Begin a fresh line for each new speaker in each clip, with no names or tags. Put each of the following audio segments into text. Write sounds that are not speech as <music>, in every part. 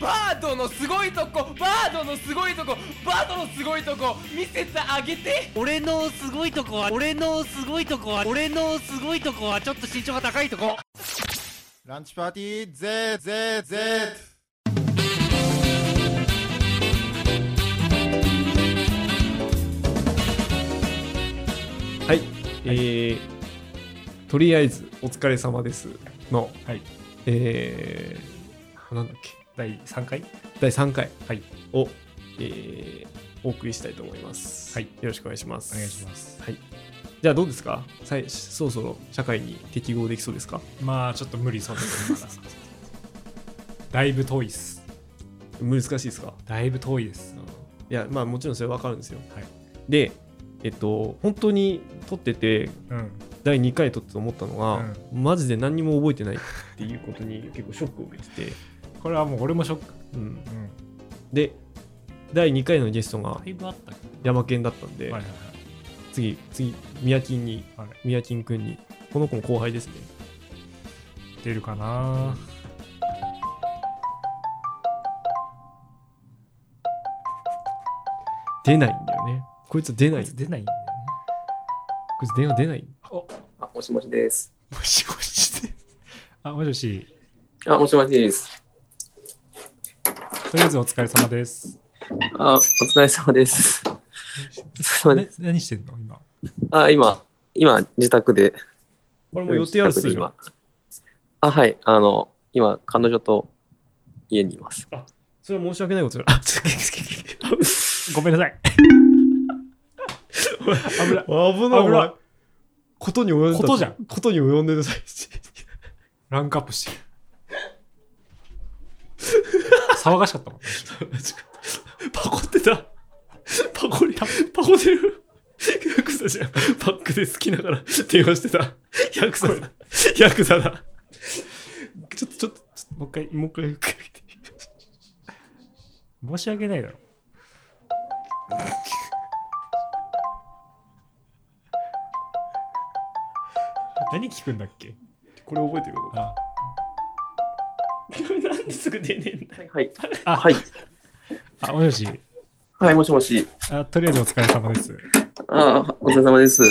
バードのすごいとこバードのすごいとこバードのすごいとこ見せてあげて
俺のすごいとこは俺のすごいとこは俺のすごいとこはちょっと身長が高いとこ
ランチパーティー ZZZ
はい、えーとりあえずお疲れ様ですの、
はい
えーなんだっけ
第3回
第3回
はい
を、えーお送りしたいと思います。
はい
よろしくお願いします。
お願いします
はい。じゃあどうですか？さいそろそろ社会に適合できそうですか？
まあちょっと無理そうだけど今なだいぶ遠いっす
難しいですか？
だいぶ遠いです
いやまあもちろんそれわかるんですよ。
はい
で、えっと本当に撮ってて
うん
第2回撮ってて思ったのが、マジで何にも覚えてないっていうことに <laughs> 結構ショックを受けてて、
これはもう俺もショック
うん、
うん
で第2回のゲストが
だいぶあったけど
ヤマケンだったんで、
はいはいはい
次次ミヤキンに
はい
ミヤキンくんにこの子も後輩ですね。
出るかな
出ないんだよね。こいつ出
こ
ないい。
つ
こ
出ないんだよね
いつ電話出ない。
あ、もしもしです。
もしもし <laughs> であもしもし
あ、もしもしです。
とりあえずお疲れ様です
あ、お疲れ様です。お疲れ様
な
です。
何してんの今
あ、今、今、自宅で。
これも予定あるっす
自宅で
よ
今。あ、はい。あの、今、彼女と家にいます。
それは申し訳ないことだ。あ、ちょっと
ごめんなさい危ない
危ない。
危ない
ことに及んだ。
ことじゃん。
ことに及んでる最中。
ランクアップしてる騒がしかったもん
<laughs> パコってた。パコリ、パコってる。ヤクザじゃん。バックで好きながら電話してた。ヤクザだ。ヤクザだ。ちょっと、ちょっと、ちょっともう一回、もう一回、もう一回見て。
申し訳ないだろ <laughs> 何聞くんだっけ
これ覚えてるこ
あ
となんですぐ出ねえんだ。
はい。はい。
あ
はい。
あもしもし
はい、もしもし。
あとりあえずお疲れ様です
あ、お疲れ様です。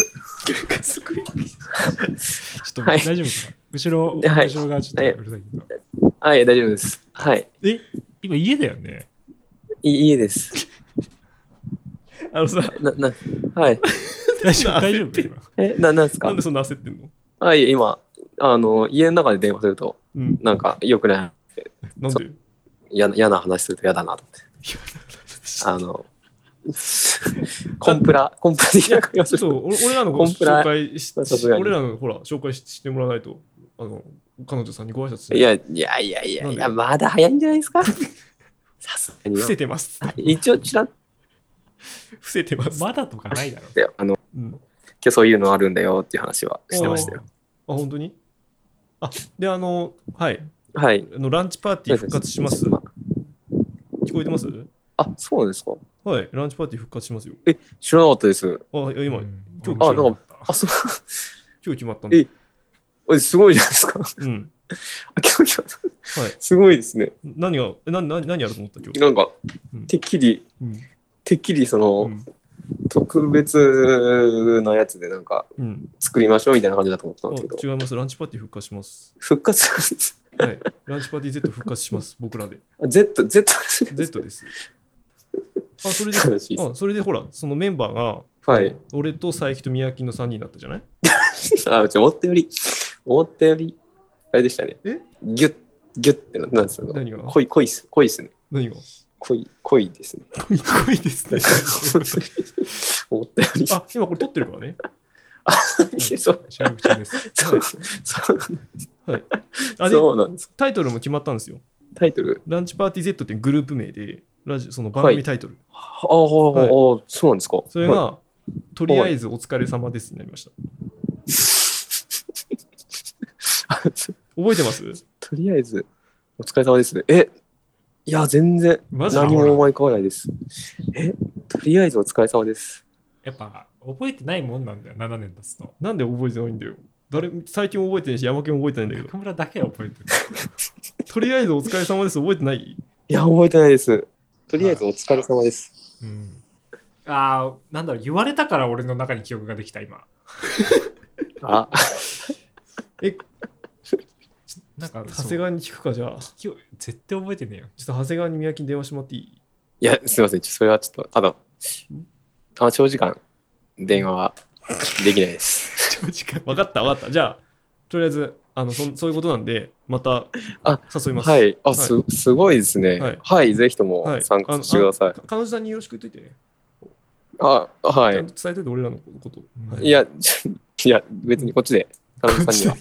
すごい。
ちょっと
はい
大丈夫ですか後ろ、
はい
後ろがちょっとうるさいけど
はい、大丈夫です。はい。
え今家だよね
い家です。
あのさ、
な、な、はい。 <laughs>
大丈夫大丈
焦って
夫
る
え、な、なんです
な
か
んでそんな焦ってんの
はい、今、あの、家の中で電話すると、
うん。
なんか、良くない。
なんで
嫌な嫌な話すると嫌だなと思って。あの、コンプラ、 <laughs> コンプラ的な会話
ちょ
す
っと
る。
お俺らの
コンプ
紹
ラ
介し
さすがに
俺らのほら紹介ししてもらわないとあの彼女さんにご挨拶する
いや、いやいやいやい
な
や、
ん
まだ早いんじゃないですかさすがに
伏。せてます <laughs>
一応、ちらっ
伏せてます、
まだとかないだろ
て、あの、
うん、
今日そういうのあるんだよっていう話は <laughs> してましたよ。
あ本当にあであのはい
はい。
あのランチパーティー復活します聞こえてます
あ、そうなんですか
はいランチパーティー復活しますよ
知らなかったで
あ
す。
いや今今日
あ、なんか、あ、そう、 <laughs>
今日決まったんで
ええすごいじゃないですか。
うん
あ今日、今日
はい
すごいですね。
何がえ何何何やると思った今日
なんか
うん、
てっきり、
うん
てっきりその、
うん
特別なやつでなんか
うん、
作りましょうみたいな感じだと思ったん
あ
ですけど、
違いますランチパーティー復活します
復活 <laughs> なんです。
はいランチパーティー Z 復活します僕らで
あ Z、Z、
Z
<laughs>
ですあそれで
悲しいです。
あそれでほらそのメンバーが
はい。
俺と佐伯と宮城の3人だったじゃない
あ、うち思ったより、思ったより、あれでしたね。
え
ギュッ、ギュッってな、なんですか
何が
濃い、濃いっす、濃いっすね。
何が
濃い、濃いですね。
濃いですね
<laughs> 思ったより。
<laughs> あ今これ撮ってるからね
<laughs> いや <laughs> そう、
収録中です
そう、そう、
あで
そうなんです。
タイトルも決まったんですよ
タイトル。
ランチパーティー Z っていうグループ名でラジその番組タイトル、
ああ、ああ、そうなんですか。
それが、
はい
とりあえずお疲れ様ですになりました覚えてます
とりあえず、お疲れ様ですね。え、いや、全然、
マジで
何も思い浮かばないです。え、とりあえずお疲れ様です。
やっぱ覚えてないもんなんだよ7年経つと
なんで覚えてないんだよ誰最近覚えてないし山県も覚えてないんだけど
中村だけは覚えてる
とりあえずお疲れ様です覚えてない
いや、覚えてないです。とりあえずお疲れ様です。
うん、ああ、なんだろう、言われたから俺の中に記憶ができた、今。
あ、
なんか、
長谷
そう
川に聞くか、じゃあ。
記憶絶対覚えてねえよ。
ちょっと長谷川に宮城に電話してもらっていい
いや、すいません。ちょそれはちょっと、ただ、あ長時間電話はできないです。
分かった分かったじゃあとりあえずあのそんそういうことなんでまた
あ
誘います
はい。あ、す、すごいですね。
は
はいい、ぜひとも参加してください。
か彼女さんによろしく言っといてね、
あ、は
ちゃ
い
ん。と伝えといて俺らのこと、はい
いや、 <laughs> ちょいや、別にこっちで、田中さんには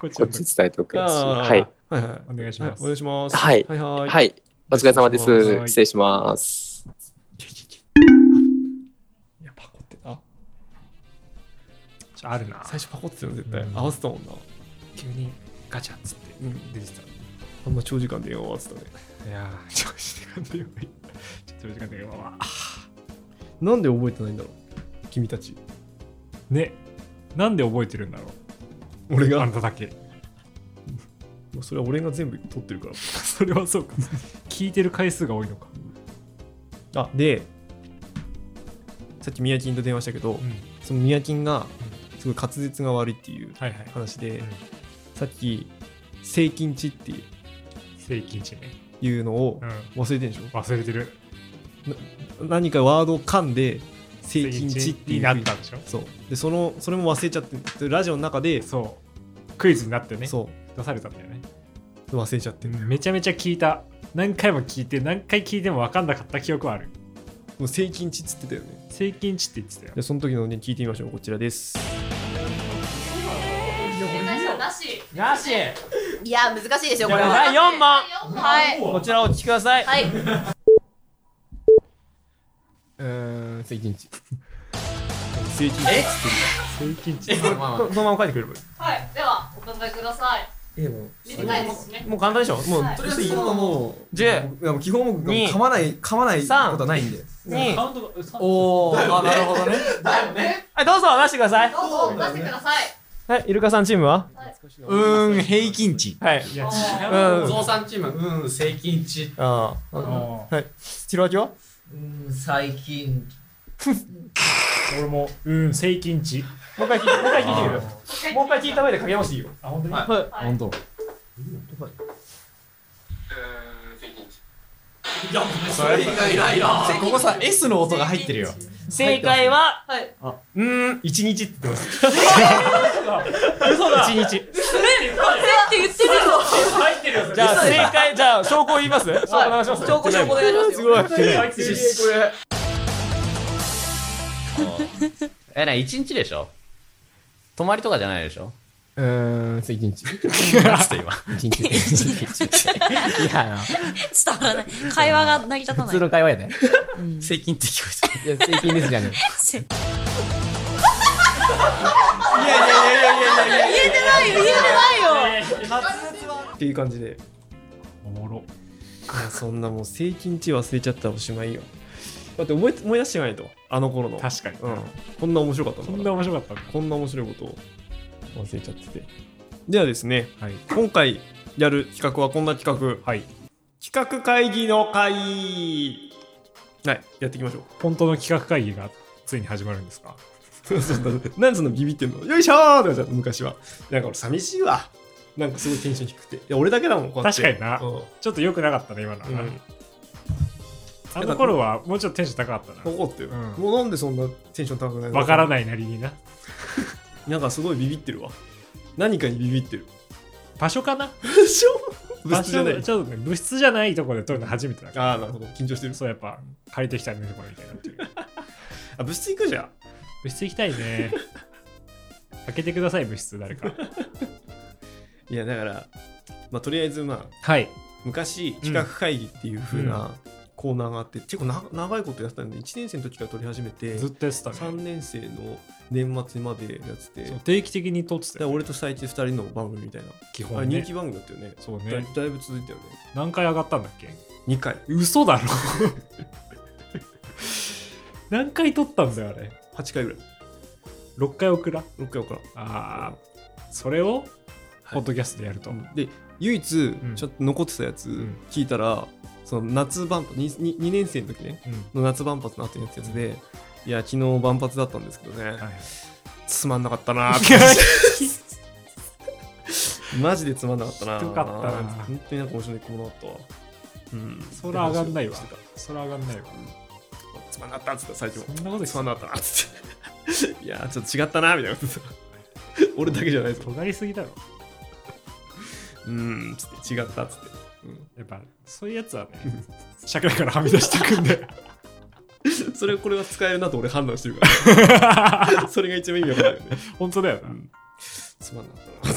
こっち
こ
は
っち伝えておくし。
あー
はい。
はいはい
お願いし
はい
ま、す。
お願いします
はい
はいはい
はい。お疲れ様です。
はい
失礼します。
いやパコってた
ちょあるな。
最初パコってたの絶対、
うん
合わせたもんな
急にガチャっつって出てきた。
あんま長時間電話合わせたね
いやー、ちょっと時間でよい。ちょっと時間でよい。
なんで覚えてないんだろう君たち
ね、なんで覚えてるんだろう
俺
あ
が
んただけ。 <laughs>
それは俺が全部取ってるか
それはそうか。聞いてる回数が多いのか。
らあでさっき宮城と電話したけど、
うん。
その宮城がすごい滑舌が悪いっていう
はいはい。
話で、
うん
さっき正近地って
正規値ね。
いうのを
うん。
忘れてんでしょ、
忘れてる。
何かワードを噛んで正
正
近
規
地っ
値
ていう
に
風
な
に
ったんでしょ
そうでそのそれも忘れちゃってラジオの中で、
そう。クイズになってね。
そ
出されたんだよね。
う忘れちゃってる
めちゃめちゃ聞いた。何回も聞いて、何回聞いても分かんなかった記憶はある。
もう正近地っつってたよね
正規値って言ってたよ。
でその時のね聞いてみましょうこちらです
正解者なし。
なし
いや、難しいですよ、
でも
これは。
第四問
はい。
こちらをお聞きください
はい。
うーん正近地正近地
え
正規値。
こそのまま書いてくればいい
はい。では、お考えください。
えもう
短いですね。
もう簡単でしょもう、
はい
とりあえず今はもう
10
いやもう基本もう
に
噛まない噛まないことはないんで
に
カウントが、
おおあなるほどね
はいどうぞ出してください
どうぞ、出してください。
はいイルカさんチームは
うーん平均値
はい
いや、
う
違う。
ん
ゾウさんチームうん平均値
ああ
もう
ひろあきは
うん最近
俺も、うん、正規値。
もう一回聞いて、もう一回聞いてくれよ。もう一回聞いた上でかけ直していいよ。
あ、本当に
は
はい
本当ここさ S の音が入ってるよ
正解は、
はい。
うーん、一日って言ってます。
嘘だ
一日。
って言ってる
入ってるよ、
じゃあ、正解、じゃあ、証拠を言います証拠お願いします。
証拠証拠お願いしますよ。
すごい。
入ってる。
え、な、一日でしょ泊まりとかじゃないでしょ
うーん、正一日。
なんつって今。
一日。
いや、
伝わらない。会話が成り立た
普通
ない。
の会話やで。最近って聞こえた。いや、最近ですじゃね
いやいやいやいやいやいや
言えてないよ、言えてないよ。
っていう感じで。
おも
い
ろ。
やそんなもう、正一日忘れちゃったらおしまいよ。だって思い思い出してないと。あの頃の。
確かに。
うん。こんな面白かったんだか
こ
ら
んな面白かったんだ。
こんな面白いことを忘れちゃってて。ではですね、
はい
今回やる企画はこんな企画。
はい
企画会議の会はい、やっていきましょ
本当の企画会議がついに始まるんですか
う。そんななんでそんなビビってんのよいしょーとかじゃん昔は。なんか俺寂しいわ。なんかすごいテンション低くて。いや、俺だけだもん、こうやって
確かにな
う
ちょっと良くなかったね、今のは
ん。
な。
うん
あの頃はもうちょっとテンション高かったな。
残ってる、
うん
もうなんでそんなテンション高くないの
わから
い。
ないなりにな。
なんかすごいビビってるわ。何かにビビってる。
場所かな
物証
場
物証じゃ
所
ない。
ちょっとね、物質じゃないとこで撮るの初めてだから。
ああ、なるほど。緊張してる。
そう、やっぱ借りてきたね、これみたいになっ
<laughs>
てる。
あ、物質行くじゃん。
物質行きたいね。開けてください、物質、誰か。
いやだから、まあ、とりあえずまあ
はい。
昔企画会議っていう風なコーナーがあって、結構な長いことやってたんで1年生の時から撮り始めて
ずっとやってたね。
3年生の年末までやってて
そう定期的に撮ってた
で
よ、
俺と最一2人の番組みたいな、
基
あ
本、
人
ね。
気番組だったよね
そう
だ
ね。
だいぶ続いたよね
何回上がったんだっけ
2回 <laughs>
嘘だろ何回撮ったんだよあれ
8回ぐらい
6回送ら
6回から
あーそれをポッドキャストでやると。
で唯一ちょ
ん
っと残ってたやつ
ん
聞いたら、その夏万博 2, 2, 年生の時ね、の夏万博の後にやったやつで、いや昨日万博だったんですけどね、
はい
つまんなかったなーっ
<laughs>
てマジでつまんなかったなー
ひどかったなー
本当になんか面白い子もなかったわうん
それは上がんないわ
って話をして
それは上がんないわ。
たつまんなかったっつった最初
そんなこと
つまんなかったなっつっていやーちょっと違ったなーみたいなこと言ってた俺だけじゃないぞ
尖りすぎだろ。
うんつって違ったっつって
やっぱ、そういうやつはね、社会からはみ出していくんで。 <laughs>
それこれは使えるなと俺判断してる
<laughs>
から。それが一番意味わかんないよね。
本当だよな。
つまんなかったな。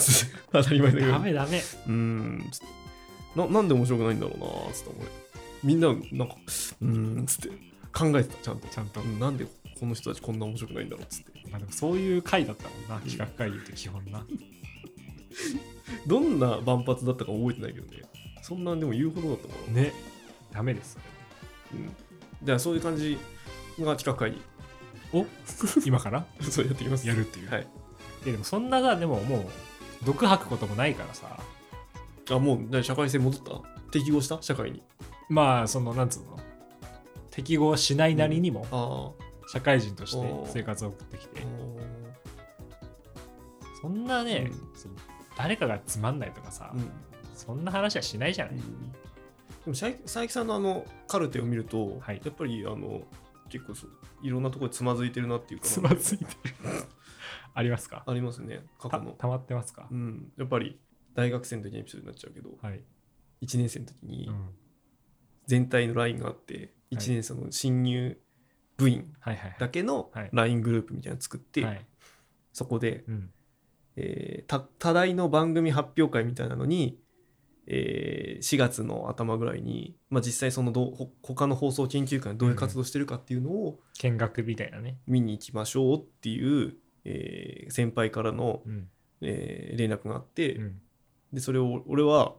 当たり前だけど。
ダ
う
メダメ。
ーん。つってななんで面白くないんだろうなつって俺。みんな、なんか、うーん。つって考えてた、ちゃんと。
ちゃんと
う。んなんでこの人たちこんな面白くないんだろうつって。
まあでもそういう回だったもんな、企画会議って基本な。
どんな万発だったか覚えてないけどね。そんな、でも言うほどだったかな。
ね。ダメです。
うん。じゃあそういう感じが企画会議。
お <laughs> 今から
<laughs> そうやっていきます。
やるっていう
はい。
いやでもそんなさ、でももう、毒吐くこともないからさ。
あ、もう、じゃあ社会性戻った適合した社会に。
まあ、その、なんつうの適合しないなりにも、
あ
社会人として
おー
生活を送ってきて
あ。、
そんなね、
う
その誰かがつまんないとかさ、
うん。
そんな話はしないじゃない、
でも佐伯佐伯さんのあのカルテを見ると、
はい
やっぱりあの結構そういろんなところでつまずいてるなっていうか
つまずいてる。ありますか
ありますね過去
た
の、
たまってますか、
うん、やっぱり大学生の時のエピソードになっちゃうけど
はい、
1年生の時に
うん。
全体のラインがあって、一1年生の新入部員
はいはいは
だけの
はい
LINE グループみたいなの作って、
い。はい
そこで、
うん、
えーた多大の番組発表会みたいなのに、えー4月の頭ぐらいに、まあ、実際そのどうほ他の放送研究会がどういう活動してるかっていうのを、
見学みたいなね。
見に行きましょうっていう、えー先輩からの、
うん。
えー連絡があって、
うん。
でそれを俺は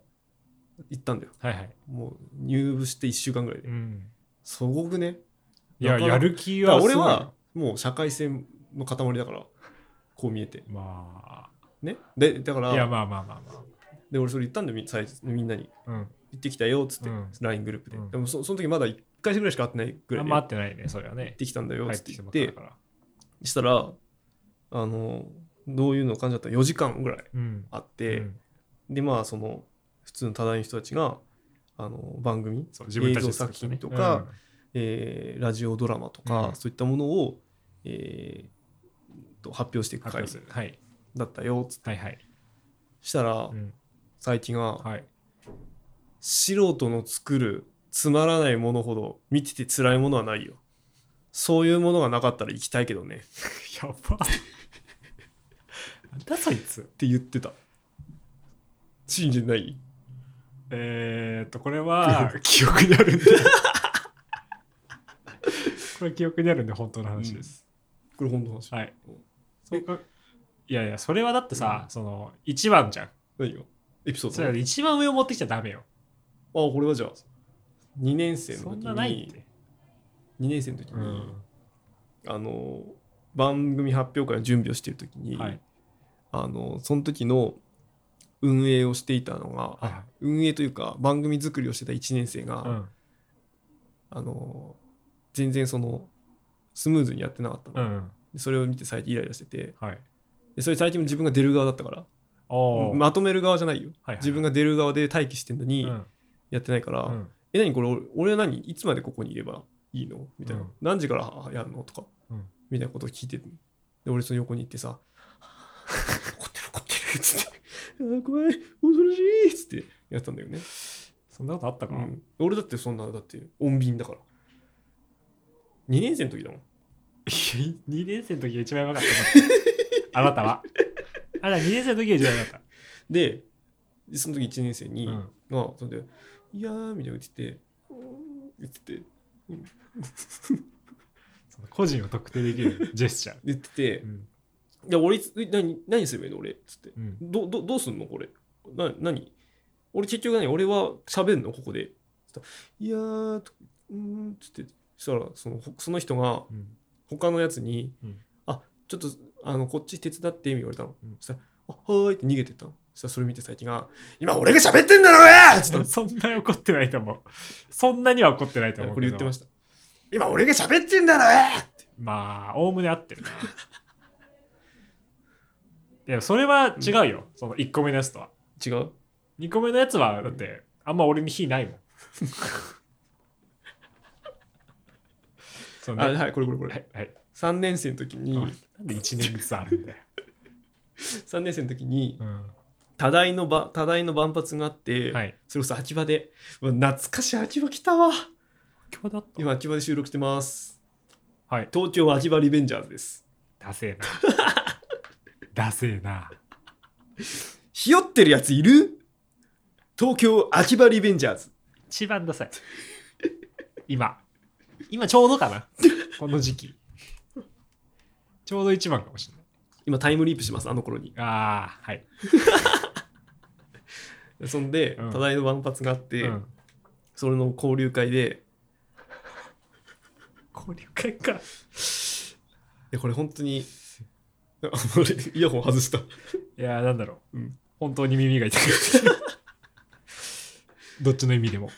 行ったんだよ
はいはい。
もう入部して1週間ぐらいで、
うん。
すごくね
いや、
なかな
や
か
る気
だか
は
ら
すごい
俺は、もう社会性の塊だからこう見えて
ま
ねでだか
あ、いや、
ら
まあまあまあま
で俺それ言ったんだよみ最初みんなに
あ。うん。
行ってきたよっつって、
うん
LINE グループで、
うん
でもそその時まだ1回ぐらいしか会ってないぐら
あ
い
ん
で
ま合
行
ってないね、それはね
っ。てきたんだよっ
帰っ
つってて
きて
言
も
っ
らってたから。
したらあのどういうのを感じだったら4時間ぐらい
うん。
あって、
うん
でまあその普通の多大の人たちがあの番組、
そう自分たち
映像
で作っ
作
たね
品とか、
うん
えーラジオドラマとか、
うん
そういったものを、えーと発表していく
発
回
表するはい。
だったよつって
はいはい。
したら
うん。
佐伯が
はい。
「素人の作るつまらないものほど見てて辛いものはないよ」そういうものがなかったら行きたいけどねっ
やば。 <laughs> なんだそいつ。
て言ってた信じてない
えーっと、これ <laughs> は記憶にあるんで。これ記憶にあるんで、本当の話です。
これ本当の話
はい。そうか。いやいや、それはだってさ、その、一番じゃん。
何よエピソー
それ
ド
は一番上を持ってきちゃダメよ。
あこれはじゃあ2年生の時
そ
に
んなないって。
2年生の時に、
うん。
あの番組発表会の準備をしている時に、
はい。
あのその時の運営をしていたのが、
はいはい
運営というか番組作りをしてた1年生が、
うん。
あの全然そのスムーズにやってなかった
う
の、
ん。
でそれを見て最近イライラしてて
はい。
でそれ最近も自分が出る側だったから
おー。
まとめる側じゃないよ、
はいはい
自分が出る側で待機してんのに
うん
やってないから、
うん。
え何これ俺俺は何いつまでここにいればいいのみたいな、
うん
何時からやるのとか、
うん
みたいなことを聞いてで俺その横に行って
<laughs>
さ「怒ってる怒ってる」っつって「あー怖い恐ろしい」っつってやったんだよね、
そんなことあったか
う。ん俺だってそんなだって穏便だから2年生の時だもん
2年生の時が一番やばかったな <laughs> あなたはあなた2年生の時が一番やばかっ
ででその時1年生に、
うん
まあそれで「いやー」みたいなこと言っててうーん言ってて
たその個人を特定できるジェスチャー
言ってて
うん
「いや俺いつ何何すればいいの俺」っつって
うん
どどどうすんのこれな何俺結局何俺は喋んのここでつったらいやーとうーんつってそしたらそのほその人が
うん
他のやつに「
うん
あちょっとあのこっち手伝って」みたいに言われたの、
うん
そしたら「あはーい」って逃げてったのしたらそれ見て最近が「今俺が喋ってんだろうが!」ちょっと
<laughs> そんなに怒ってないと思う。そんなには怒ってないと思う。
これ言ってましたた「今俺が喋ってんだろうが!」
まあ、おおむね合ってるな。 <laughs> いや、それは違うよ。その1個目のやつとは。
違う
2個目のやつは、だって、あんま俺に火ないもん。 <laughs> そうね
あはいこれこれこれ、
はいはい。
3年生の時に
なんで1年ずつあるんだよ。
3年生の時に
うん
多大のば多大の万発があって、
はい。
それこそ秋葉で「うわ懐かしい秋葉来たわ
今日だった。
今秋葉で収録してます
はい
東京秋葉リベンジャーズです
ダセえ <laughs> な。ダセえな。
ひよってるやついる東京秋葉リベンジャーズ
一番ダサい。今。今ちょうどか <laughs> な。この時期。ちょうど一番かもしれない。
今タイムリープしますあの頃に
ああ、はい。
そんで、
うん
多大の万発があって、
うん、
それの交流会で
交流会か。
いやこれ本当にあ俺イヤホン外した
いやー、なんだろう、
うん
本当に耳
<laughs>
が痛くなってきたどっちの意味でも。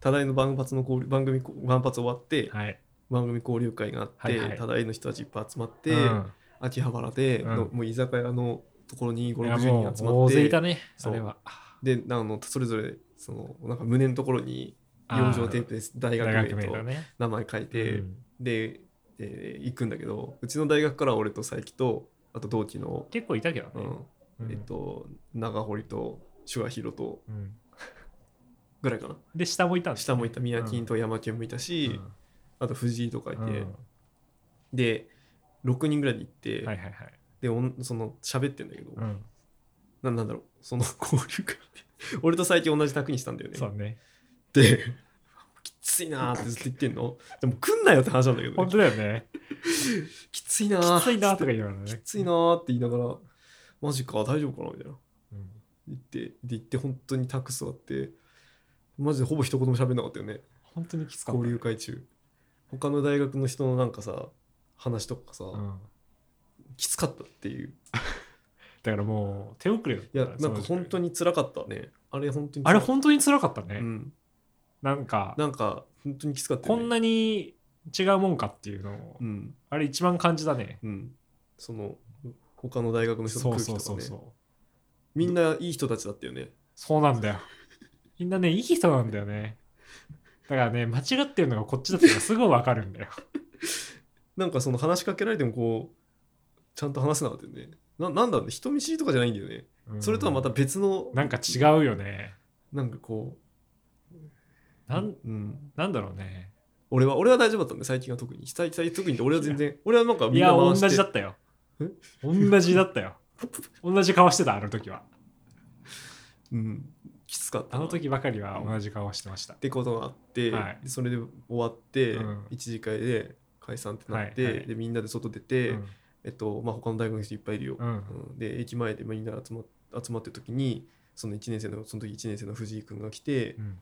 多大の万発の交流番組万発終わって、
はい。
番組交流会があって、
はいはい
多大の人たちいっぱい集まって、
うん
秋葉原での、
うん
もう居酒屋のところに
いや
560
も
人
う
集ま
大
っ
勢い
て
たね、
そ
そうれは。
であのそれぞれそのなんか胸のところに養生テープです大
大
学
学
名
名
と
だね。
名前書いて、
うん
で、えー行くんだけどうちの大学から俺と佐伯とあと同期の、
結構いたけど
う
ね。
ん
うん
えっと長堀とシュガヒロと
うん
ぐらいかな
で、下もいたんだ
下もいた宮金と山県もいた
う
し、
ん
あと藤井とかいて、
うん
で6人ぐらいで行って、
はいはいはい。
でおんその喋ってんだけど、
うん
ななんだろうその交流会で俺と最近同じ卓にしたんだよね
そうね。
できついなーってずっと言ってんのでも来んなよって話なんだけど、
本
ね、
当だよね。
きついなー
きついなとか言いながらね。
きついなーって言いながらマジか大丈夫かなみたいな
うん
言ってで言って本当にタックスあってマジでほぼ一言も喋んなかったよね
本当にきつかった。
交流会中他の大学の人のなんかさ話とかさ、
うん
きつかったっていう
だからもう手遅れだっ
い
た
やなんか本当
に
に辛かったねあれ本当に
あれ
ん
本当に辛かった
う
ね
ん
なんか
なんか本当にきつかった
こ
よね
んなに違うもんかっていうのを
うん
あれ一番感じだね
うんその他の大学の人の
そう
空気
そ
と
う
か
そうそ
ね
う
みんないい人たちだったよね
そうなんだよみんなねいい人なんだよねだからね間違ってるのがこっちだったらすぐわかるん
<laughs>
だよ
なんかその話しかけられてもこうちゃんと話せなかったよねななんだろうね人見知りとかじゃないんだよね
うん
それとはまた別の
なんか違うよね
なんかこう
なん
うん
なんだろうね
俺は俺は大丈夫だったんで最近は特に最近特にって俺は全然俺はなんか
い
みん
や
な
同
回して
じだったよ同じだった
<laughs>
よ同じ顔してたあの時は
うんきつかった
あ
な
の時ばかりは同じ顔してました
ってことがあって、
はい
でそれで終わって、
うん
一次会で解散ってなって、
はいはい
でみんなで外出て、
うん
えっとまあ、他の大学の人いっぱいいるよ、
うん
うんで駅前でみんな集まっ集まってる時にその1年生のその時1年生の藤井君が来て「
うん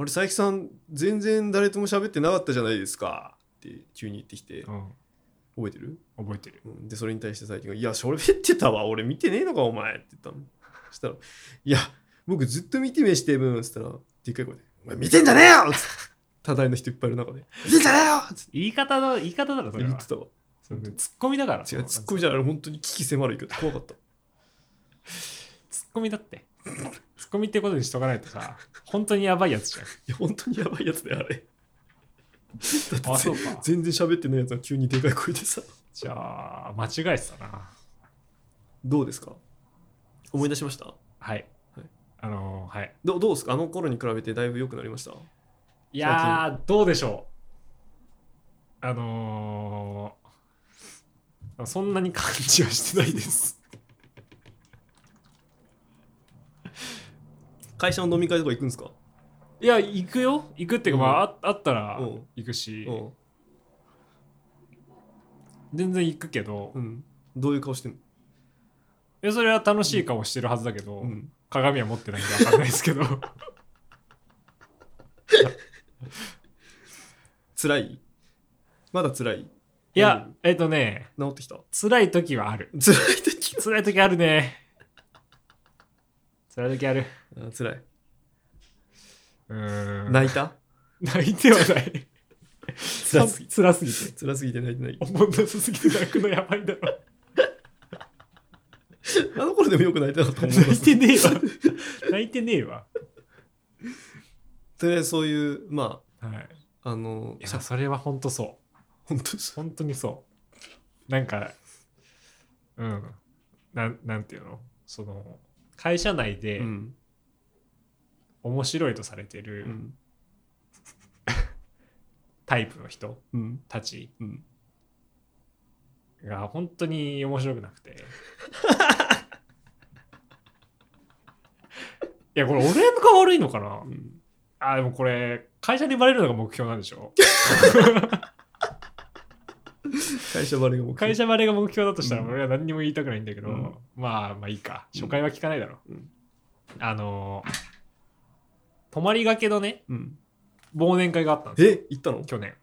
あれ佐伯さん全然誰とも喋ってなかったじゃないですか」って急に言ってきて、
うん
覚えてる、
覚えてる
うんでそれに対して佐伯が「いや喋ってたわ俺見てねえのかお前」って言ったのそしたら「いや僕ずっと見てめしてぶん」っつったらでっかい声で「お前見てんじゃねえよ!」っつって多大の人いっぱいいる中で「見てんじゃねえよ!」っつって
言い方の言い方だろそれ
言っ
は
てたわ
それツッコミだから
違うツッコミじゃない本当に危機迫る言い方怖かった
ツッコミだってツッコミってことにしとかないとさ本当にやばいやつじゃ
いや、本当にやばいやつだよ、あれ。
んあそうか
全然喋ってないやつが急にでかい声でさ。
じゃあ間違えてたな
どうですか思い出しました
はい、
はい
あのーはい
どどうですかあの頃に比べてだいぶ良くなりました
いやーどうでしょうあのーそんなに感じはしてないです
会社の飲み会とか行くんですか
いや行くよ行くっていうか、まあああったら
うん
行くし、
うん。
全然行くけど、
うん。どういう顔してんの
えそれは楽しい顔してるはずだけど、
うん。
鏡は持ってないんで分かんないで
<laughs>
すけど
辛いまだ辛い
いやえっ、とね
治ってきた <laughs>
辛い時はある
辛い時
辛い時あるね。辛い時ある。
あ辛い。
うーん。
泣いた
泣いてはない。
辛すぎて。
辛すぎて。
辛すぎて泣いてない。
思んなさすぎて泣くのやばいんだろ。
あの頃でもよく泣いてなかったと思い
泣
ま
い
す。
<laughs> てねえわ。泣いてねえわ。
とりあえずそういう、ま
はい。
あ、あの、
いや、それは本当そう。
本当です。
本当にそうなんかうんなんなんていうのその会社内で
うん。
面白いとされて
う
る
ん。
タイプの人
うん。
たち
うん
が本当に面白くな
<laughs>
くていやこれ俺が悪いのかな
うん
あでもこれ会社にバレるのが目標なんでし
<laughs>
ょ
会社バレが目標
会社バレが目標だとしたら
うん
俺は何にも言いたくないんだけど、
うん
まあまあいいか初回は聞かないだろ、
うん
あのー泊まりがけのね
うん。
忘年会があったんですよ
え、行ったの
去年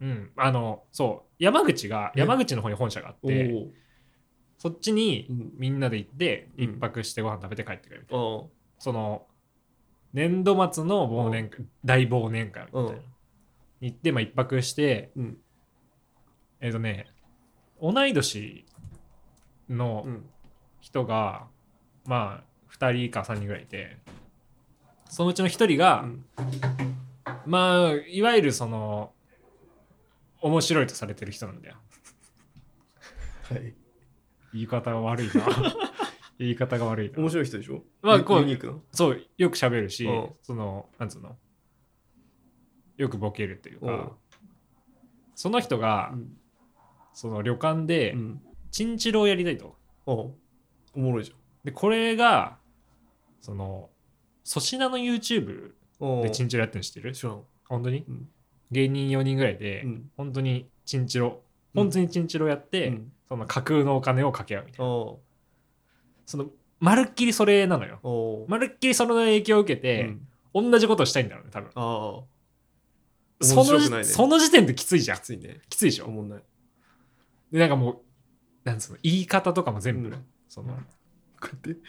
うんあのそう山口が
え
山口の方に本社があっ
おお
てそっちに
うん
みんなで行って
うん
一泊してご飯食べて帰ってくるみたいな、
ー。あ
その年度末の忘年会、大忘年会みたいな、
うん
に行って、まあ、一泊して、
うん
えっ、とね同い年の
あ。うん。
人が、まあ2人か3人ぐらいいてそのうちの1人が、
うん
まあいわゆるその面白いとされてる人なんだよ
はい。
言い方が悪
<laughs>
いな言い方が悪い
面
な
白い人でしょ
まあこう
ユニークな。
そうよく喋るし
うん
そのなんつうのよくボケるという
う
か
ん
その人が、
うん
その旅館で、
うん。
チンチロをやりたいと
ああ。おもろいじ
でこれがその粗品の YouTube
ゃん。ああ。
でチンチロやってるの知ってる
知らん。
本当に、
うん
芸人4人ぐらいで、
うん。
本当にチンチロ
うん
本当にチンチロやって、
うん
その架空のお金を掛け合うみたい
あ
な、
あ。
そのまるっきりそれなのよ
ああ。
まるっきりその影響を受けて、
うん
同じことをしたいんだろうね多分
ああ。
そ
面白
の
くないね
その時点できついじゃん
きついね。
きついでしょ、
おもんない。
でなんかもうなんつうの言い方とかも全部、
うん
その
こうやって、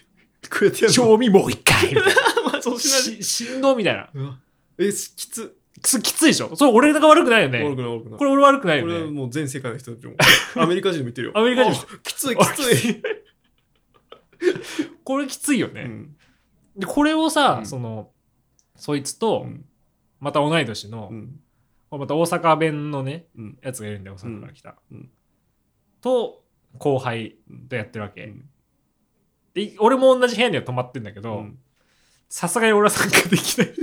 こうやってやるの。
賞味もう一回みたい
まあ、そう
な
しないで
し振動みたいな
うわ。え、しきつ。
すきついでしょそれ俺が悪くないよ
悪
ね
くない悪くない。
これ俺悪くないよ
これは
ね
もう全世界の人だと思う。アメリカ人も言ってるよ。
アメリカ人も
あきついきつい。
<laughs> これきついよね、
うん
でこれをさ、
うん
そのそいつと、
うん
また同い年の
う、ん
また大阪弁のね
うん
やつがいるんだよ大阪から来た、
うん
と後輩とやってるわけ、
うん
で俺も同じ部屋には泊まってんだけ
う
ど
ん
さすがに俺は参加で
<laughs>
きない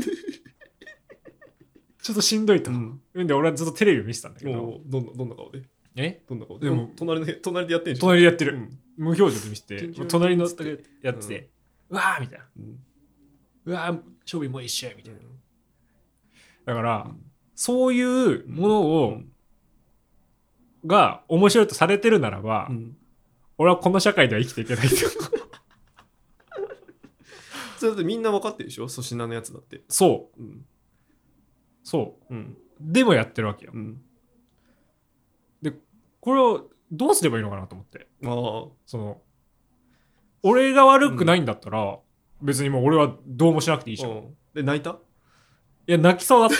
ちょっとしんどいと、うん、で俺はずっとテレビ見てたんだけど
おうどんなどんな顔で
え
どんな顔
で
で
も
隣の部隣でやってんじゃん。
隣でやってる、
うん
無表情で見てて
緊張
隣のやってて、うわーみたいな
うん
うわー勝負もう一試合みたいなだから、そういうものを、
うん
が面白いとされてるならば、
うん
俺はこの社会では生きていけない <laughs> と
それだってみんな分かってるでしょ粗品のやつだって。
そう
うん
そう
うん
でもやってるわけよ
うん
これをどうすればいいのかなと思って
ああ
その俺が悪くないんだったら、別にもう俺はどうもしなくていいじゃん、い
うんで泣いた
や泣きそうだっ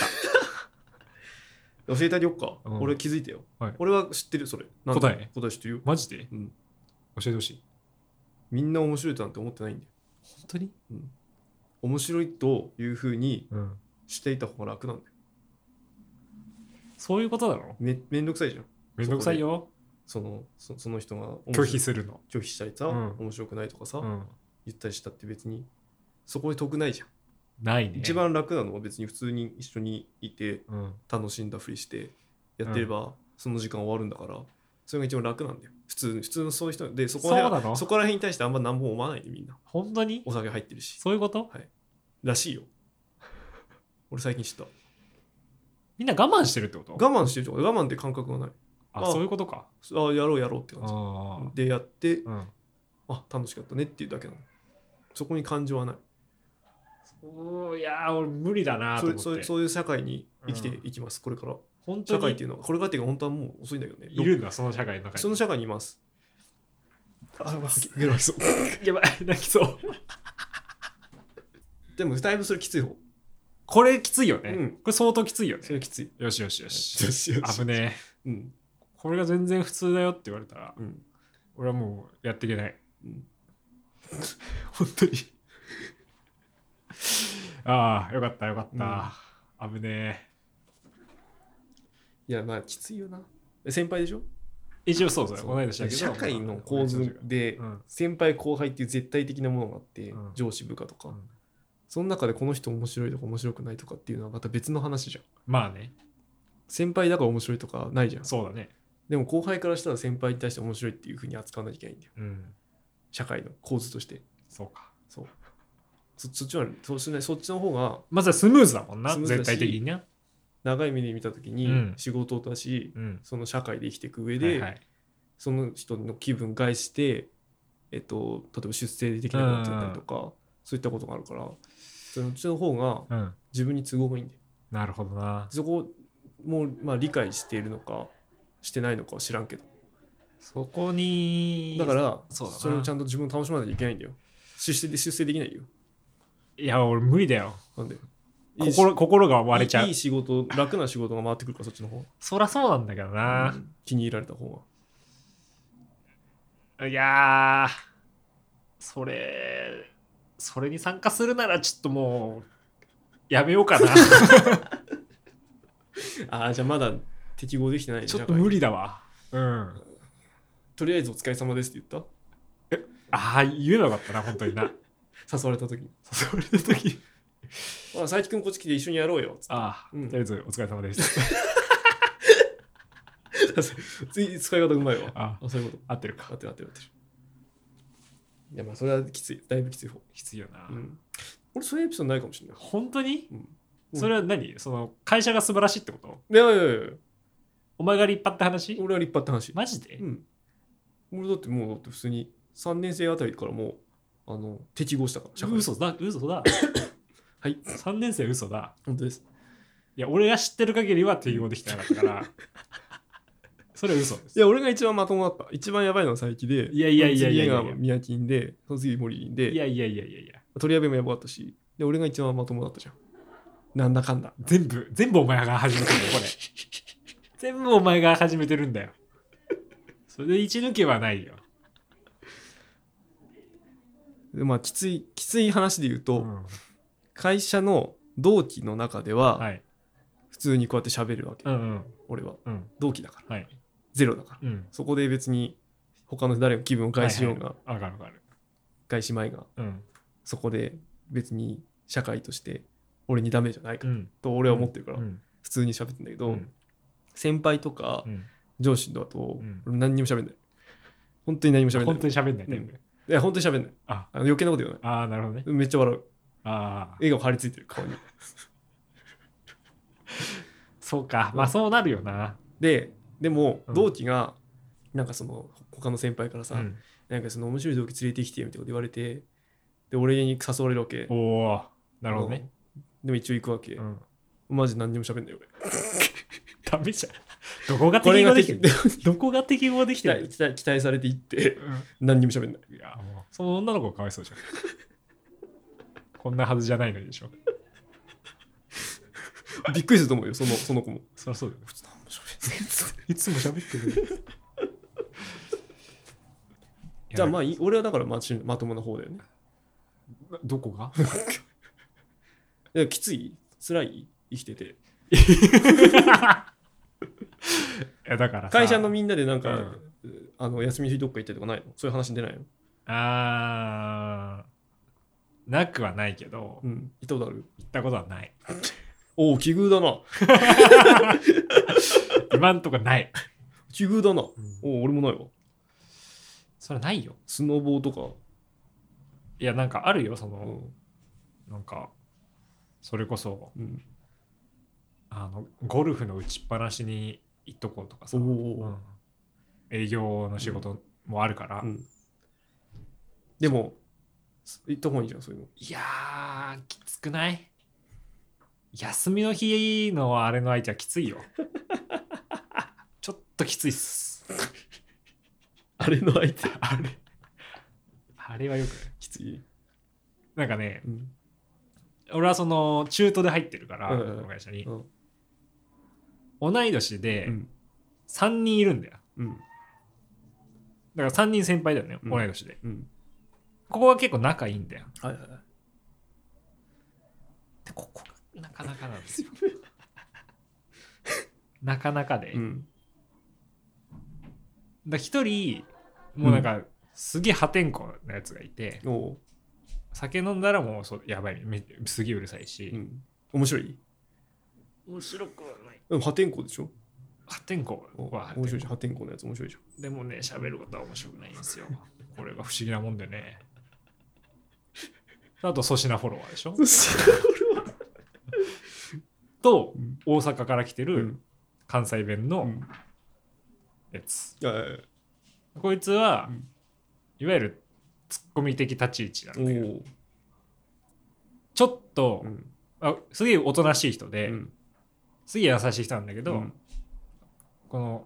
教えてあげよっか。
うん
俺気づいたよ
はい。
俺は知ってるそれ。なん
答え
答え知ってるよ
た。 <laughs> マジで、
うん
教えてほしい
みんな面白いとなんて思ってないんだよ。
本当に、
面白いというふうに
うん、
していた方が楽なんだよ。
そういうことなの
めめんどくさいじゃん。
めんどくさいよ
そのそその人が面白
拒
い
否するの、
拒否したりさ、
うん
面白くないとかさ、
うん、
言ったりしたって別にそこで得ないじゃん、
ないね
一、番楽なのは別に普通に一緒にいて
うん、
楽しんだふりしてやってればその時間終わるんだからそれが一番楽なんだよ普通普通のそういう人でそこら辺は
そうなの
そこら辺に対してあんま何も思わないでみんな
本当に
お酒入ってるし
そういうこと
らしい
<laughs>
よ俺最近知った
みんな我慢してるってこと
我慢してるとか我慢って感覚がない
あそういうことか
ああやろうやろうって感じ
あー
でやって
うん
あ楽しかったねっていうだけなのそこに感情はない
おーいやー俺無理だなと
そ
思っ
れ
て
そういうそういう社会に生きて
う
いきます、これから
本当
社
に
会っていうのはこれからっていうか本当はもう遅いんだけどね
いるんだその社会の中に
その社会にいますあ、まあ、ゲロ吐きそう。
やばい、泣きそう。
でも、だいぶそれきつい方。
これきついよね。
うん
これ相当きついよね
そ。れきつい。
よしよしよし。
よしよし
危ねえ。
うん。
これが全然普通だよって言われたら、
うん
俺はもうやっていけない。
本当に。
<laughs> ああ、よかったよかった。危ね
いや、まあ、きついよな。え先輩でしょ
え。一応そうそう、同い年だけど。
社会の構図で
うん
先輩後輩っていう絶対的なものがあって、
うん
上司部下とか、
うん
その中でこの人面白いとか面白くないとかっていうのはまた別の話じゃん
まあね、
先輩だから面白いとかないじゃん
そうだね。
でも後輩からしたら先輩に対して面白いっていうふうに扱わなきゃいけないんだよ
うん。
社会の構図として
そうか。
そうそそっちのそうしないそっちの方が
まずはスムーズだもんな、
スムーズだ
絶
し
対的にな。
長い目で見た時
う
に
ん
仕事だし、
うん。
その社会で生きていく上
はい
で、
はい
その人の気分害して、えっと、例えば出世できなくなっちゃったりとか、そういったことがあるからそのうちの方が
うん。
自分に都合がいいんだよ
なるほどな。
そこもまあ理解しているのかしてないのかは知らんけど
そこに、
だから
そうだな
それをちゃんと自分を楽しまなきゃいけないんだよ出世で出世できないよ
いや、俺無理だよ。
なんで
心心が割
割
れちゃう
いい仕事楽な仕事が回ってくるからそっちの方
そらそうなんだけどな、
気に入られた方が
いやーそれそれに参加するならちょっともうやめよう
<laughs>
かな
ああじゃあまだ適合できてないね
ちょっと無
理
理だわうん
とりあえずお疲れ様ですって言っ
ああ言えなかったな本当にな
た <laughs> 誘われた時に
<laughs> 誘われた時
「ほら佐伯君こっち来て一緒にやろうよ」つっ
ああ、 <laughs>
うん
とりあえずお疲れ様です
<laughs> てつい使い方うまいわ
<laughs> あ
そういうこと
合ってる
合
か
ってる合ってる合ってるいやまあそれはきついだいぶきつい方
きついよな、
うん俺そういうエピソードないかもしれない
本当に、
うん
それは何その会社が素晴らしいってこと
いやいやいやいや
お前が立派って話
俺は立派って話
マジで、
うん。俺だってもうだって普通に3年生あたりからもうあの適合したから社会
嘘だ嘘だ
<coughs> はい
3年生嘘だ
本当です
いや、俺が知ってる限りは適応できてなかっ
<laughs>
たから。それは嘘です。
いや俺が一番まともだった一番やばいのは佐伯で
いやいやいやいやいや
その次が宮金でその次森林
い
で
やいやいやいやいや。
取り上げもやばかったしで俺が一番まともだったじゃんなんだかんだ
全部、全部お前が始めてるんだよ、
<laughs>
これ。全部お前が始めてるんだよ。それで一抜けはないよ。
でまあきついきつい話で言うと、
うん
会社の同期の中では
はい。
普通にこうやって喋るわけ、
うんうん。
俺は
うん。
同期だから
はい。
ゼロだから
うん。
そこで別に他の誰が気分を害しようが、
はいはいわかるわかる。
害しまいが
うん。
そこで別に社会として俺にダメじゃないか
うん。
と俺は思ってるから
うん。
普通に喋ってんだけ
う
ど
ん
先輩とか
うん
上司だと
うん
俺何にも喋んない本当に何にも喋んない
本当に喋んない、全部。
いや本当に喋んない
あ
あの余計なこと言わ
ああ、なるほどね。
ないめっちゃ笑う
ああ。
笑顔張り付いてる顔に
そうか。まあそうなるよな。
ででも
うん
同期がなんかその他の先輩から
う
さ
ん。
なんかその面白い同期連れてきてよみたいなこと言われてで俺に誘われるわけ
おお。なるほどね。
でも一応行くわけ
うん。
マジ何にも喋んない俺
ダメじゃん。どこが
これ
適合
が
で
適
きてる
期
どこが適合できて
<laughs> 待
る
期待期待されて行って <laughs> 何にも喋んない
いやもうその女の子がかわいそうじゃんこんなはずじゃないのにでしょ
びっくりすると思うよ、そ
<laughs>
のその子も。
そりゃそうだよいつも喋ってる
じゃあまあ、い俺はだからまちまともな方だよね。
あどこ
<laughs>
が
いやきつい辛い生きてて。
いやだからさ
会社のみんなでなんか、
うん
あの休みの日どっか行ったりとかないのそういう話出ないの
あーなくはないけど
うん。行ったことある
行ったことはない
おお、奇遇だな。
今んとこない
奇遇だな。おお、俺もないわ。
それないよ
スノボーとか。
いやなんかあるよその、
うん。
なんかそれこそ
うん、
あのゴルフの打ちっぱなしに行っとこうとかさ、
おお
うん営業の仕事もあるから、
うんでも、行った方がいいじゃん、そういうの。
いやーきつくない休みの日のあれの相手はき
<laughs>
ついよちょっときついっす
あれの相手。
あれあれはよくない
きつい。
なんかね、
うん
俺はその中途で入ってるから、
うんうん
この会社に、
うん
同い年で
うん
3人いるんだよ
うん。
だから3人先輩だよね、
うん
同い年で
うん。
ここは結構仲いいんだよ
はいはいはい。
でここがなかなかなんですよ <laughs> なかなかで、
うん。
だから1人もうなんか、すげえ破天荒なやつがいて
おお。
酒飲んだらもうそうやばいめすげえうるさいし、
うん。面白い
面白くはない。
うん破天荒でしょ
破天荒
お
は
面白いじゃん。破天荒のやつ面白いじゃん。
でもね、喋ることは面白くないんですよ。これが不思議なもんでね。あと、粗品フォロワーでしょと、大阪から来て
う
る
ん
関西弁の
ん
やつ。
いやいやいや
こいつは
うん、
いわゆるツッコミ的立ち位置なんだけど、
お
ちょっと、
お。うん。
あすげえおとなしい人で、
うん
すげえ優しい人なんだけど、
うん
この、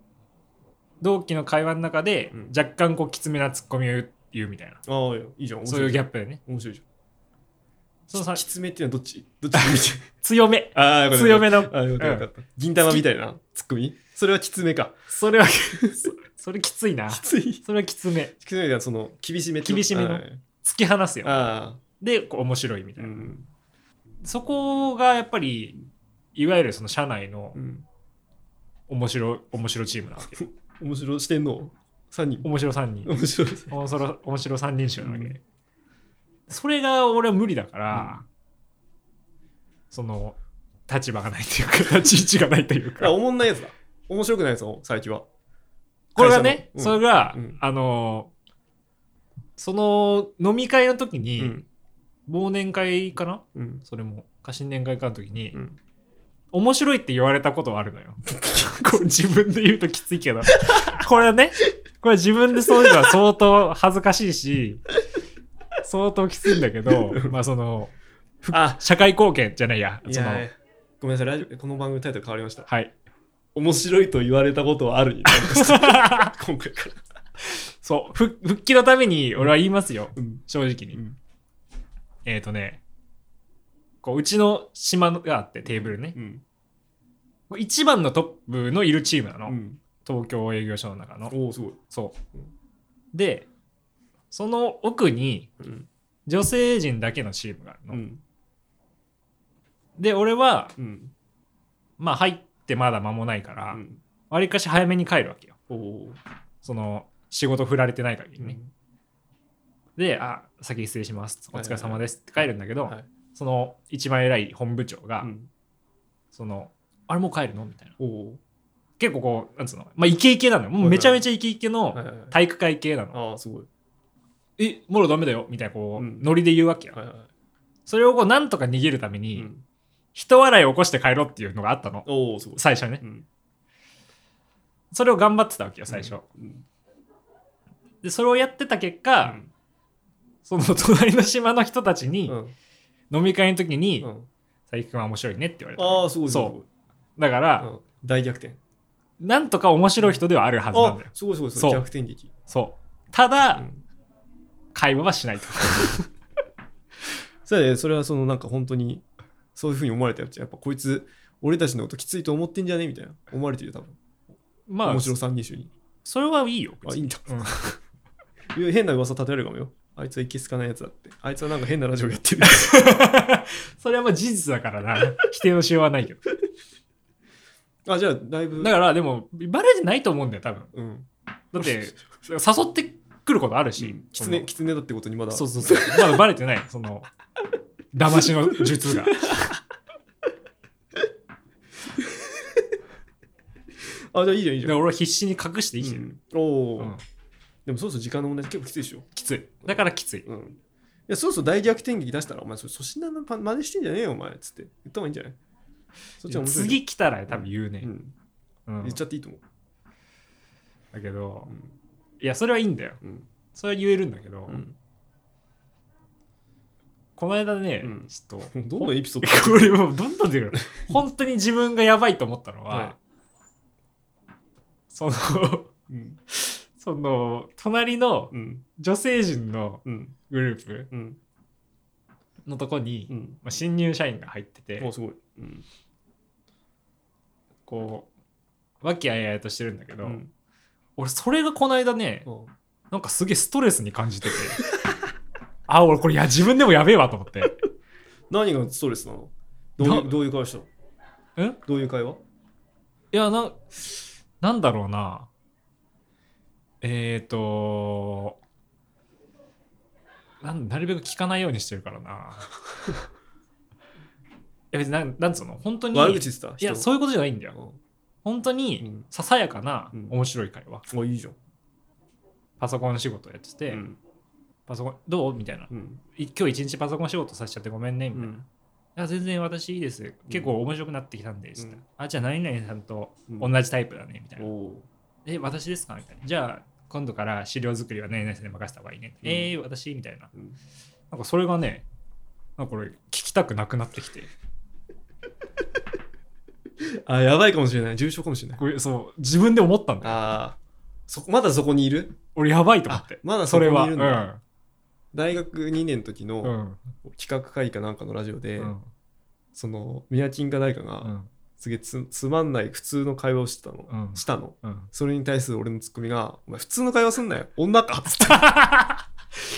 同期の会話の中で
うん、
若干こう、きつめなツッコミを言う言うみたいな、
ああ、いやいいじゃん。面
そう
白い
いうギ
じゃ
ャ
ん。
ップでね。
面白いじ
その
ゃ
さ
ん。きつめっていうのはどっちどっち見て
強
<laughs>
め、
ああ、よかった
強めの
あよかったよかった。銀玉みたいなツッコミそれはきつめか。
それはそ、それきついな。
きつい。
それはきつめ。
きつめはその、厳しめってこと
厳しめの
はい
突き放すよ。
あ
で、こう面白いみ
あ。
た
う
いな。
ん。
そこがやっぱり、いわゆるその社内の
うん。
面白、面白チームなわけ。
面白してんの ?3 人。
面白3人。
面白い。
面白、面白3人衆なわ
う
け。それが俺は無理だから、その、立場がないというか、 <laughs> 立ち位置がないという
あ、
か。
おもんないやつだ。面白くないやつだ、最近は。
これがね、
会社
そ
の
れが、
うん
あの、その飲み会の時
う
に、
ん。
忘年会かな
うん。
それも過新年会かの時に、
うん
面白いって言われたことはあるのよ <laughs> こう自分で言うときついけどこれねこれ自分でそういうのは相当恥ずかしいし相当きついんだ
<laughs>
けどまあそのふ
あ
社会貢献じゃないや
い
その
やごめんなさい、ラジオこの番組タイトル変わりました。 <laughs>
はい
面白いと言われたことはあるになりました。今回から。
そうふ復帰のために俺は言いますよ、
うん
正直に、
うん
えっ、ー、とねこううちの島があってテーブルね
うん。
一番のトップのいるチームなの、
うん。
東京営業所の中の
おお、すごい。
そうでその奥に
うん
女性陣だけのチームがある
う
の、
ん。
で俺は
うん。
まあ入ってまだ間もないから
うん
わり、かし早めに帰るわけよ
おお。
その仕事振られてない限り
う
ね、
ん
で「あ先失礼しますお疲れ様です」って帰るんだけど、
はい
その一番偉い本部長が、
うん
その「あれもう帰るの?」みたいな
おお。
結構こうなんつうのまあイケイケなのよもうめちゃめちゃイケイケの
はいはいはい
体育会系なの
ああ、すごい。
「えもろダメだよ」みたいなこう、
うん
ノリで言うわけよ、
はいはいは
それをこうなんとか逃げるため
い。
に、
うん
人笑いを起こして帰ろうっていうのがあったの
おお、すごい。
最初ね
うん。
それを頑張ってたわけよ最初、
うん
でそれをやってた結果、
うん
その隣の島の人たちに、
うん。
飲み会の時に
うん
「佐伯君は面白いね」って言われたの
ああ、すごい。
そうだから、
ううん。大逆転。
なんとか面白い人ではあるはずなん
あ
だよ、
すごいすごいす
そ
ご
う
い。逆転劇。
そうただ、
うん
会話は
<laughs>
しないと
それそれはそのなんか本当にそういうふうに思われたやつやっぱこいつ俺たちのこときついと思ってんじゃねみたいな思われてるよ多分、
まあ
面白三人衆に
それはいいよ
あいいんだ、
うん
いや変な噂立てられるかもよあいつはいけすかないやつだってあいつはなんか変なラジオやってる
<laughs> それはまあ事実だからな否定のしようはないけど
あじゃあだいぶ
だからでもバレてないと思うんだよ多分
うん <laughs>
だって誘ってくることあるし、
きつねきつねだってことにまだ
そうそうそう。まだバレてない、その、騙しの術
<laughs>
が。
あじゃあいいじゃんいい
で
じゃん
俺は必死に隠して生きてる。
うんおお、
うん
でもそうそう時間の問題結構きついでしょ
きつい。だからきつい。
うんいやそうそう大逆転劇出したらお前それ粗品のパ真似してんじゃねえよお前つって言った方がいいんじゃないそっちは面白いよ
次来たら多分言うね
う。ん、
うん
言っちゃっていいと思う
だけど
ん、
いや、それはいいんだよ
うん。
それは言えるんだけど、この間ね
うん、
ちょっと、 <laughs>
どんどんエピソード
これもうどんどん出る。本当に自分がやばいと思ったの
は
は、その、
うん
そその隣の
うん
女性陣の
うん
グループ
うん
のとこに、
うん
まあ、新入社員が入ってて
もうすごいうん
こう和気あいあいとしてるんだけど、
うん
俺それがこの間ね
うん
なんかすげえストレスに感じてて <laughs> あ俺これいや自分でもやべえわと思って
何がストレスなのどうい
な
うどういう会社
え
どういう会話
いやななんだろうなえっ、ー、となんなるべく聞かないようにしてるからないや別になんなんつうの本当に
悪口した
いや、
う
そういうことじゃないんだよ。本当
う
に
ん
ささやかな
うん
面白い会話。
いいじゃん
パソコン仕事やってて、
うん
パソコンどうみたいな。
うん
い今日一日パソコン仕事させちゃってごめんね。みたいなあ全然私いいです。結構面白くなってきたんです。
うん
あ、じゃあ何々さんと
うん
同じタイプだね。みたい
お
な。
お
え、私ですかみたいな。じゃあ今度から資料作りは何々さんに任せた方がいいね。
うん
えー、私みたいな
うん。
なんかそれがね、なんかこれ聞きたくなくなってきて。
ーあやばいかもしれない重症かもしれない
これそう、自分で思ったんだよ。
ああそこまだそこにいる
俺やばいと思っ
あ
て。
まだそ
そ
こ
れ
に
は。
いるんだ、
う
大学2年の時
ん。う
の
ん。
企画会かなんかのラジオで、
うん
その宮金か誰かが、
うん
すげえつつまんない普通の会話をしてたの、
うん
したの
うん
それに対する俺のツッコミが「お前普通の会話すんなよ女か」つっ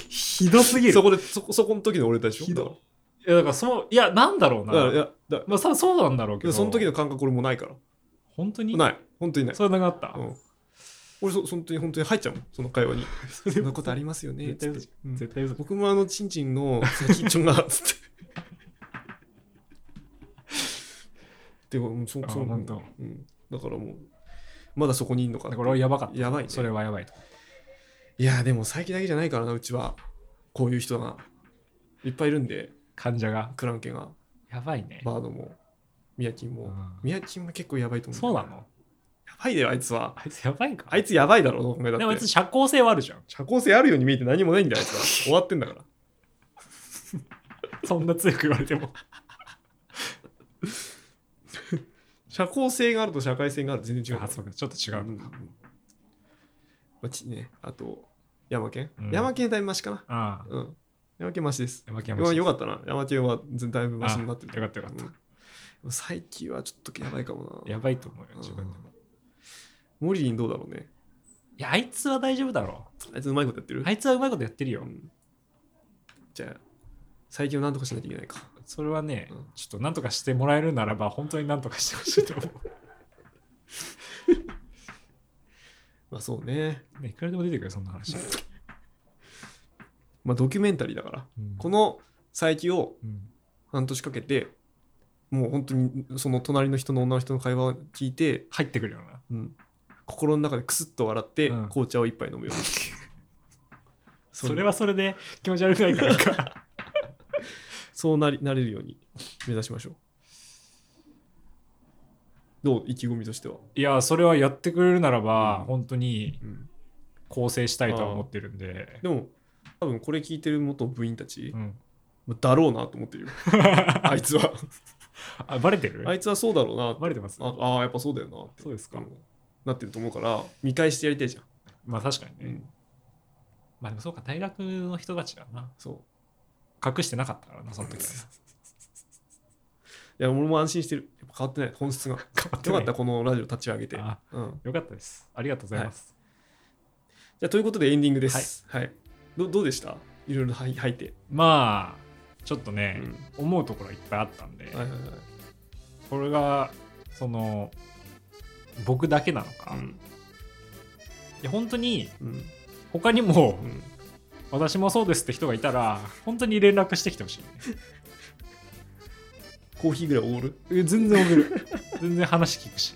ひどす
て
ぎる。
そこでそこそこの時の俺でしょ
ひどいや、だからそう、いや、なんだろう
だからだからい
な。
やだか
まあ、多分そうなんだろうけ
ら
ど。
その時の感覚俺もうないから
本当に
ない本当にない、
それなくなった
う。ん、俺そ本当に本当に入っちゃうもんその会話にそんなことありますよね
絶対嘘
つってうん
絶対嘘。
僕もあのチンチンの先っちょがつ
<laughs>
ってでもそ
あ
そ
本当
うん、だからもうまだそこにいるのか
だから俺はやばかった。
やばいね
それはやばいと。
いやでも最近だけじゃないからなうちはこういう人がいっぱいいるんで
患者が。
クランケが
やばいね。
バードもミヤキンも、
うん
ミヤキンも結構やばいと思う
そうなの
やばいだよあいつは
あいつやばいか。
あいつやばいだろどう考えた
でもあい
っ
つ
て
社交性はあるじゃん。
社交性あるように見えて何もないんだよあいつは終わってんだから
そんな強く言われても。
社交性があると社会性があると全然違 <laughs> う
あ、そうか、ちょっと違
う
うんのか。
まあちね、あと、山県、
うん
山県だいぶマシかな。
ああ。
うん。山県マシです。
やばきやば
山
き。
よかったな。山県はだいぶマシになってる。
あよかったよかった
うん。でも最近はちょっとやばいかもな。
やばいと思うよ、自分でも。
モリリンどうだろうね。
いや、あいつは大丈夫だろ
あいつうまいことやってる
う。あいつはうまいことやってる
う
よ。
んじゃあ、最近をなんとかしないといけないか。
それはね
うん、
ちょっとなんとかしてもらえるならば、本当になんとかしてほしいと思う。
まあそうね。
ねいくらでも出てくるよそんな話。
まあドキュメンタリーだから。
うん
この最近を
うん
半年かけて、もう本当にその隣の人の女の人の会話を聞いて、
入ってくるよな。
うん、心の中でクスッと笑って、
うん
紅茶を一杯飲むようにそう
<laughs> それはそれで気持ち悪くないからか。
そうなりなれるように目指しましょうどう意気込みとしては、
<laughs> いや、それはやってくれるならば、
うん
本当に構成したいとは思ってるんで。
でも多分これ聞いてる元部員たち
う、ん、
まあだろうなと思って
<laughs>
るよあいつは
あバレてる
あいつはそうだろうな
バレてます
ああーやっぱそうだよなって
そうですか
んなってると思うから見返してやりたいじゃん、
まあ確かにね。
うん
まあでもそうか、大学の人たちだな。
そ
隠してなかったからな、そ
<laughs>
の時はな。
ういや俺も安心してるやっぱ変わってない本質が
変わって
よ
な
か
い
ったこのラジオ立ち上げて、
あ
うん、
よかったです。ありがとうございます。
じゃあということでエンディングです。はい。どどうでしたいろいろはい入って。
まあ、ちょっと
う
ね、
ん
思うところはいっぱいあったんで、
はいはいはい。
これが、その、僕だけなのか。
うん
いや、本当に、
うん
他にも、
うん
私もそうですって人がいたら、本当に連絡してきてほしいね、
コーヒーぐらいおごる
え全然送る。全然話聞くし。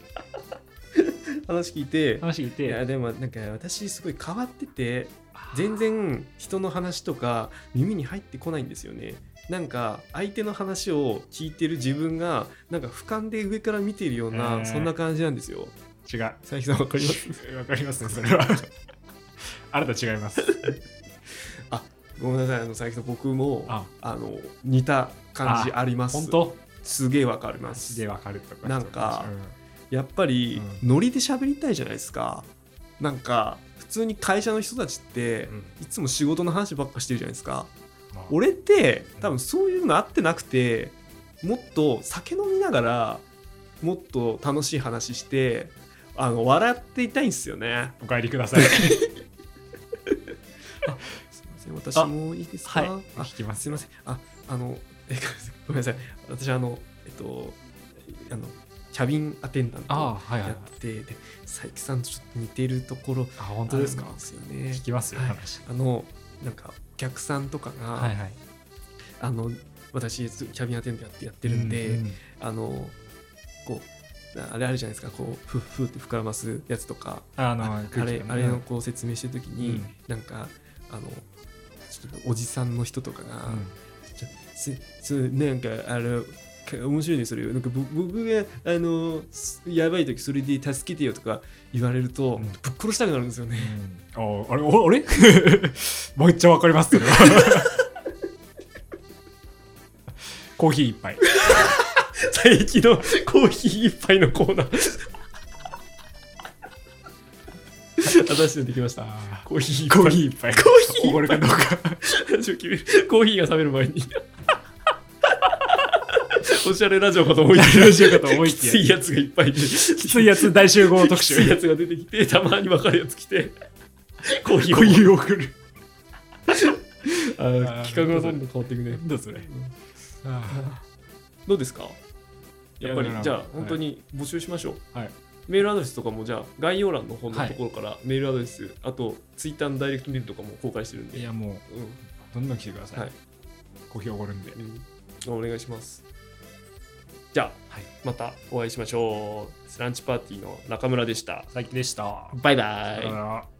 <laughs> 話聞いて。
話聞い
いや
て、
でもなんか私すごい変わってて
あー
全然人の話とか耳に入ってこないんですよね。なんか相手の話を聞いてる自分がなんか俯瞰で上から見ているよう
え
な
ー
そんな感じなんですよ。
違う。わ
佐伯さんわかります <laughs>
かりますね、それは。あなた違います。
ごめんなさいあの佐伯さん僕もあ
あ
の似た感じあります。
本当
すげえわかります
で。わかるとか。
なんか
うん
やっぱり、ノリで喋りたいじゃないですか。なんか普通に会社の人たちって、いつも仕事の話ばっかしてるじゃないですか、俺って多分そういうの合ってなくてもっと酒飲みながらもっと楽しい話してあの笑っていたいんですよね
お帰りくだ
<laughs>
さい。
すいません私もいいですか
はい
あ
聞きます
すいませんああの <laughs> えごめんなさい私あのえっとあのキャビンアテンダント
ああはいはい
やってて、で佐伯さんとちょっと似てるところ
あ本当ですか
あるんですよね
聞きますよ
はい
話
あのなんかお客さんとかが、
はいはい。
あの私キャビンアテンダントやってやってるんで、
うんうん
あのこうあれあるじゃないですかこうふっふって膨らますやつとか
あの
あ
空気
れ
感ね
あれのこう説明してる時に、
うん
なんかあのちょっとおじさんの人とかが、
うん
ちょすすなんかあれか面白いねそれなんかぼ僕があのすやばい時それで助けてよとか言われると、ぶっ殺したくなるんですよね。
ああれおあれ <laughs> めっちゃわか
<laughs>
りますそれはコーヒー一杯。
最近のコーヒー一杯のコーナー
新しいのできました。
コーヒー一
コ
杯
ーヒー一杯。コ
ーヒー一杯
おごるかどうか。
ラジオ決めるコーヒーが冷める前におしゃれラジオかと
<laughs>
思いきや
ラジオかと思いきや
きついやつがいっぱいいて
きついやつ大集合特
きつい
集。
やつが出てきてたまに分かるやつ来
<laughs>
てコーヒーを
コーヒーを送る。
あー企画がどんどん変わっていくね。
どうそれ。あ
どうですかやっぱり
いや
じゃあ
はい
本当に募集しましょう。
はい
メールアドレスとかもじゃあ概要欄の方のところからメールアドレス、あとツイッターのダイレクトメールとかも公開してるん
ー
で、
いや
う
もうどんどん来てください。
はい
コーヒーおごるんで。
んうん、お願いします。じゃあ、またお会いしましょう。ランチパーティーの中村でした。
最近でした。
バイバイ。
さよなら